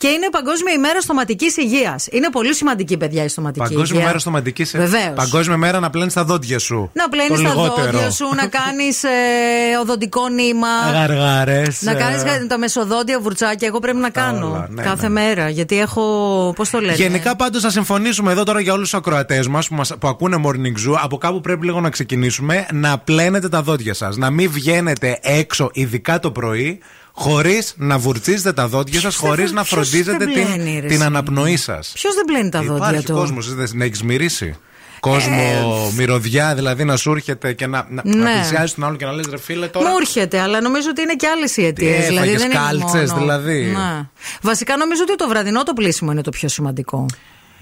Και είναι Παγκόσμια ημέρα στοματικής υγείας. Είναι πολύ σημαντική, παιδιά, η στοματική Παγκόσμια υγεία. μέρα στοματική. Βεβαίως. Παγκόσμια μέρα να πλένεις τα δόντια σου. Να πλένεις τα δόντια σου, να κάνεις οδοντικό νήμα. Γαργαρέ. Να κάνει τα μεσοδόντια βουρτσάκια. Εγώ πρέπει να κάνω όλα, ναι, κάθε ναι. μέρα. Γιατί έχω. Πώς το λένε. Γενικά πάντως θα συμφωνήσουμε εδώ τώρα για όλους τους ακροατές μας που, μας που ακούνε Morning Zoo Από κάπου πρέπει λίγο να ξεκινήσουμε να πλένετε τα δόντια σας Να μην βγαίνετε έξω ειδικά το πρωί χωρίς να βουρτσίζετε τα δόντια σας Ποιος Χωρίς δεν- να ποιος φροντίζετε δεν την, πλένει, ρε, την εσύ. αναπνοή σας Ποιος δεν πλένει τα δόντια Υπάρχει του. Ε, κόσμος, δεν την έχεις μυρίσει Κόσμο, μυρωδιά, δηλαδή να σου έρχεται και να, να, να Ναι. πλησιάζεις τον άλλον και να λες ρε φίλε τώρα. Μου έρχεται, αλλά νομίζω ότι είναι και άλλες οι αιτίες. Τι, Δηλαδή έφαγες δεν είναι κάλτσες, μόνο. δηλαδή. Ναι. Βασικά νομίζω ότι το βραδινό το πλήσιμο είναι το πιο σημαντικό.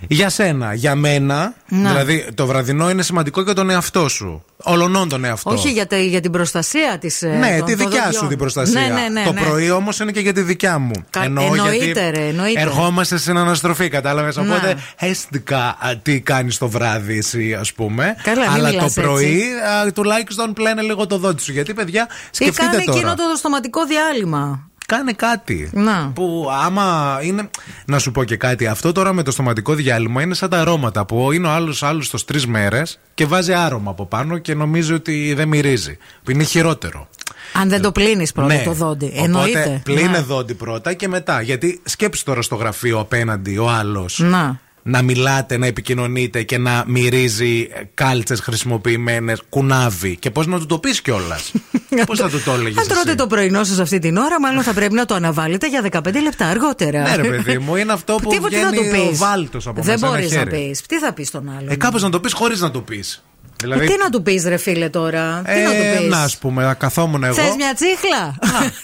Για σένα, για μένα. Να. Δηλαδή, το βραδινό είναι σημαντικό για τον εαυτό σου. Ολονών τον εαυτό. Όχι για, τα- για την προστασία της. Ναι, τη δικιά σου την προστασία. Ναι, ναι, ναι, το ναι. πρωί όμως είναι και για τη δικιά μου. Κα- Εννοώ εννοείται, γιατί ρε, εννοείται. ερχόμαστε στην αναστροφή, κατάλαβες. Να. Οπότε αίσθηκα α, τι κάνεις το βράδυ, εσύ, ας πούμε. Καλά, μην Αλλά το μιλάς πρωί α, τουλάχιστον πλένε λίγο το δόντι σου. Γιατί, παιδιά, Ή κάνει σκεφτείτε εκείνο τώρα. το στοματικό διάλειμμα. Κάνε κάτι. Να. Που άμα είναι. Να σου πω και κάτι. Αυτό τώρα με το στοματικό διάλειμμα είναι σαν τα αρώματα που είναι ο άλλος άλλος στο τρεις μέρες και βάζει άρωμα από πάνω και νομίζει ότι δεν μυρίζει. Που είναι χειρότερο. Αν δεν το πλύνεις πρώτα το δόντι. Εννοείται. Ε, ναι. Οπότε πλύνε Ναι. δόντι πρώτα και μετά. Γιατί σκέψει τώρα στο γραφείο απέναντι ο άλλος. Να. Να μιλάτε, να επικοινωνείτε και να μυρίζει κάλτσες χρησιμοποιημένες, κουνάβι. Και πώς να του το πεις κιόλας. πώς θα του το έλεγες. Αν τρώτε το πρωινό σας αυτή την ώρα, μάλλον θα πρέπει να το αναβάλλετε για 15 λεπτά αργότερα. Ναι, ρε παιδί μου, είναι αυτό που τι, τι θα βγαίνει του πεις? ο βάλτος από Δεν μέσα, ένα μπορείς να χέρι. πεις. Τι θα πεις στον άλλον. Ε, κάπως να το πεις χωρίς να το πεις. Δηλαδή. Ε, τι να του πεις, ρε φίλε τώρα. τι να ε, του πεις. να ας πούμε, να καθόμουν εγώ. Θες μια τσίχλα.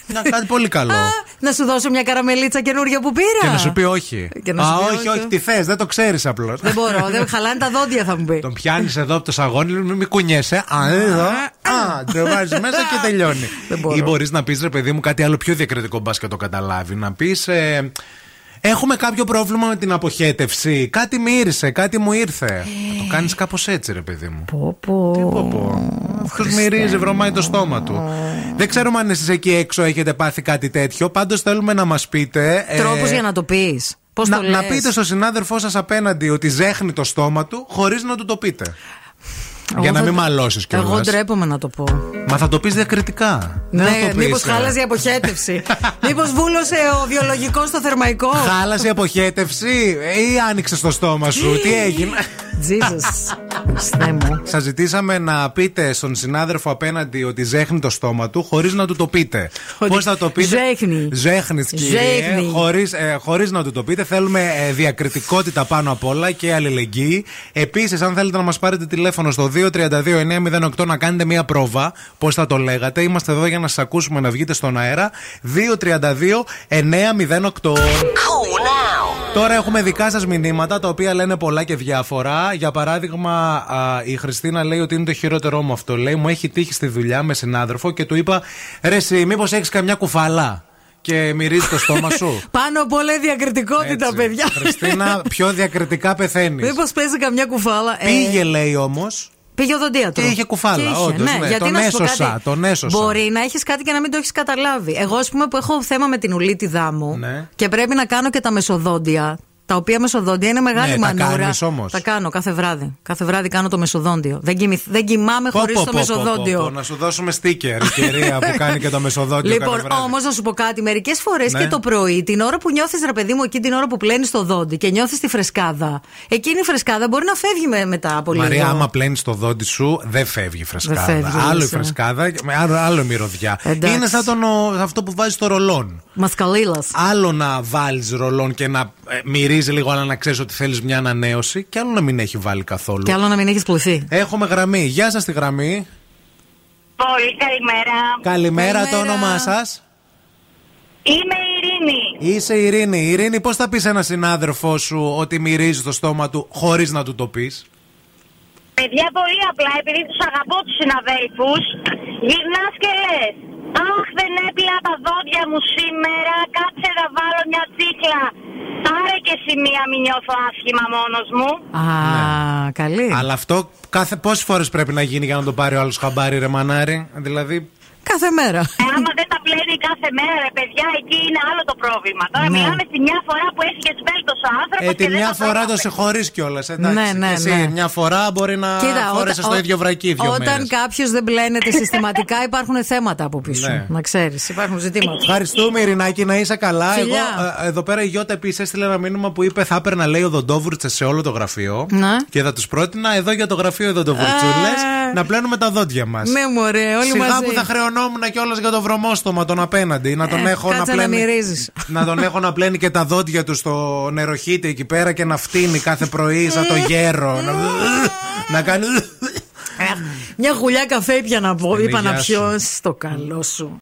Να, να, κάτι πολύ καλό. Α, να σου δώσω μια καραμελίτσα καινούργια που πήρα. Και να σου πει όχι. Και να σου Α, πει όχι, όχι. όχι, τι θες, δεν το ξέρεις απλώς. Δεν μπορώ, δεν χαλάνε τα δόντια θα μου πει. Τον πιάνεις εδώ από το σαγόνι, λέει, μην κουνιέσαι. Α, εδώ. Α, το βάζεις μέσα και τελειώνει. Δεν μπορώ. Ή μπορείς να πεις ρε παιδί μου κάτι άλλο πιο διακριτικό, μπας και το καταλάβει. Να πεις. Ε, Έχουμε κάποιο πρόβλημα με την αποχέτευση. Κάτι μύρισε, κάτι μου ήρθε. Ε. Θα το κάνεις κάπως έτσι, ρε παιδί μου. Πω, πω. Αυτό μυρίζει, βρωμάει το στόμα του. Δεν ξέρουμε αν εσείς εκεί έξω έχετε πάθει κάτι τέτοιο. Πάντως θέλουμε να μας πείτε. ε, Τρόπους για να το πεις. Πώς να, το να λες. πείτε στον συνάδελφό σας απέναντι ότι ζέχνει το στόμα του χωρίς να του το πείτε. για να θα- μην μαλώσεις κιόλας. Εγώ ντρέπομαι να το πω. Μα θα το πεις διακριτικά. Δεν θα το Ναι, πεις, μήπως ε. χάλαζε η αποχέτευση. μήπως βούλωσε ο βιολογικός στο θερμαϊκό. Χάλασε η αποχέτευση ή άνοιξε το στόμα σου. Τι έγινε. Jesus. Χριστέ μου. Σας ζητήσαμε να πείτε στον συνάδελφο απέναντι ότι ζέχνει το στόμα του χωρίς να του το πείτε. Ότι Πώς θα το πείτε. ζέχνει. Ζέχνεις, κύριε. Ζέχνει. Χωρίς να του το πείτε. Θέλουμε ε, διακριτικότητα πάνω απ' όλα και αλληλεγγύη. Επίσης, αν θέλετε να μας πάρετε τηλέφωνο στο 232-908 να κάνετε μία πρόβα, πώς θα το λέγατε. Είμαστε εδώ για να σας ακούσουμε να βγείτε στον αέρα. 232-908. Cool now. Τώρα έχουμε δικά σας μηνύματα τα οποία λένε πολλά και διάφορα. Για παράδειγμα, α, η Χριστίνα λέει ότι είναι το χειρότερό μου αυτό. Λέει, μου έχει τύχει στη δουλειά με συνάδελφο και του είπα, Ρε, εσύ, μήπως έχεις καμιά κουφαλά και μυρίζεις το στόμα σου. Πάνω απ' όλα η διακριτικότητα, Έτσι. παιδιά. Χριστίνα, πιο διακριτικά πεθαίνεις. Μήπως παίζει καμιά κουφάλα. ε, Πήγε, λέει όμως. Πήγε ο δοντίατρο. Και είχε κουφάλα, όντως, ναι. Τον να σου πω έσωσα, κάτι, τον έσωσα. Μπορεί να έχεις κάτι και να μην το έχεις καταλάβει. Εγώ, ας πούμε, που έχω θέμα με την ουλίτιδά μου Ναι. και πρέπει να κάνω και τα μεσοδόντια. Τα οποία μεσοδόντια είναι μεγάλη Ναι, τα μανούρα. κάνεις όμως. Τα κάνω κάθε βράδυ. Κάθε βράδυ κάνω το μεσοδόντιο. Δεν, κοιμηθ- δεν κοιμάμαι χωρί το μεσοδόντιο. Να σου δώσουμε στίκερ, η κυρία που κάνει και το μεσοδόντιο. Λοιπόν, κάθε βράδυ. όμως να σου πω κάτι. Μερικές φορές Ναι. και το πρωί, την ώρα που νιώθεις, ρε παιδί μου, εκεί την ώρα που πλένεις το δόντι και νιώθεις τη φρεσκάδα. Εκείνη η φρεσκάδα μπορεί να φεύγει με, μετά από λίγο. Μαρία, άμα πλένεις το δόντι σου, δεν φεύγει η φρεσκάδα. Δεν φεύγει, άλλο η λες, ε. φρεσκάδα, με άλλο, άλλο η μυρωδιά. Εντάξει. Είναι σαν τον, ο, αυτό που βάζεις στο ρολόν. Μασκαλίλας. Άλλο να βάλεις ρολόν και να ε, μυρίζεις λίγο, αλλά να ξέρεις ότι θέλεις μια ανανέωση, και άλλο να μην έχει βάλει καθόλου. Και άλλο να μην έχεις πλουθεί. Έχουμε γραμμή. Γεια σας τη γραμμή. Πολύ καλημέρα. Καλημέρα, το Καλημέρα. όνομά σας. Είμαι η Ειρήνη. Είσαι η Ειρήνη. Η Ειρήνη, πώς θα πεις ένα συνάδελφό σου ότι μυρίζει το στόμα του χωρίς να του το πεις. Παιδιά, πολύ απλά, επειδή τους αγαπώ τους συναδέλφους, γυρνάς και λες. Αχ, δεν έπλα τα δόντια μου σήμερα. Κάτσε να βάλω μια τσίχλα. Πάρε και εσύ μία, μην νιώθω άσχημα μόνος μου. Α, καλή. Ναι. Αλλά αυτό κάθε πόσες φορές πρέπει να γίνει για να το πάρει ο άλλος χαμπάρι, ρε μανάρι. Δηλαδή, Κάθε μέρα. Ε, άμα δεν τα πλέ λένε κάθε μέρα, ρε παιδιά, εκεί είναι άλλο το πρόβλημα. Τώρα Ναι. μιλάμε στη μια φορά που έφυγε βέλτο ο άνθρωπο. Ε, τη μια φορά το συγχωρείς κιόλας. Ναι, ναι, Εσύ, ναι. μια φορά μπορεί να Κοίτα, φόρεσε όταν- το ό- ίδιο βρακί δύο Όταν μέρες. κάποιος δεν πλένεται συστηματικά, υπάρχουν θέματα από πίσω. Ναι. Να ξέρεις, υπάρχουν ζητήματα. Ευχαριστούμε, Ειρηνάκη, να είσαι καλά. Φιλιά. Εγώ, ε, εδώ πέρα η Γιώτα επίσης έστειλε ένα μήνυμα που είπε: Θα έπαιρνα, λέει, οδοντόβουρτσε σε όλο το γραφείο. Ναι. Και θα τους πρότεινα εδώ για το γραφείο οδοντόβουρτσούλε Α. να πλένουμε τα δόντια μας. Ναι, μωρέ, όλοι Σιγά μαζί. που θα χρεωνόμουν κιόλα για το βρωμόστομα τον απέναντι. Να τον Ε, έχω να κάτσε να πλένει. μυρίζεις. να τον έχω να πλένει και τα δόντια του στο νεροχύτη εκεί πέρα και να φτύνει κάθε πρωί σαν το γέρο. να, να κάνει. Μια γουλιά καφέ είπα να, πω, Ναι, είπα να γεια σου. πιω. Στο καλό σου.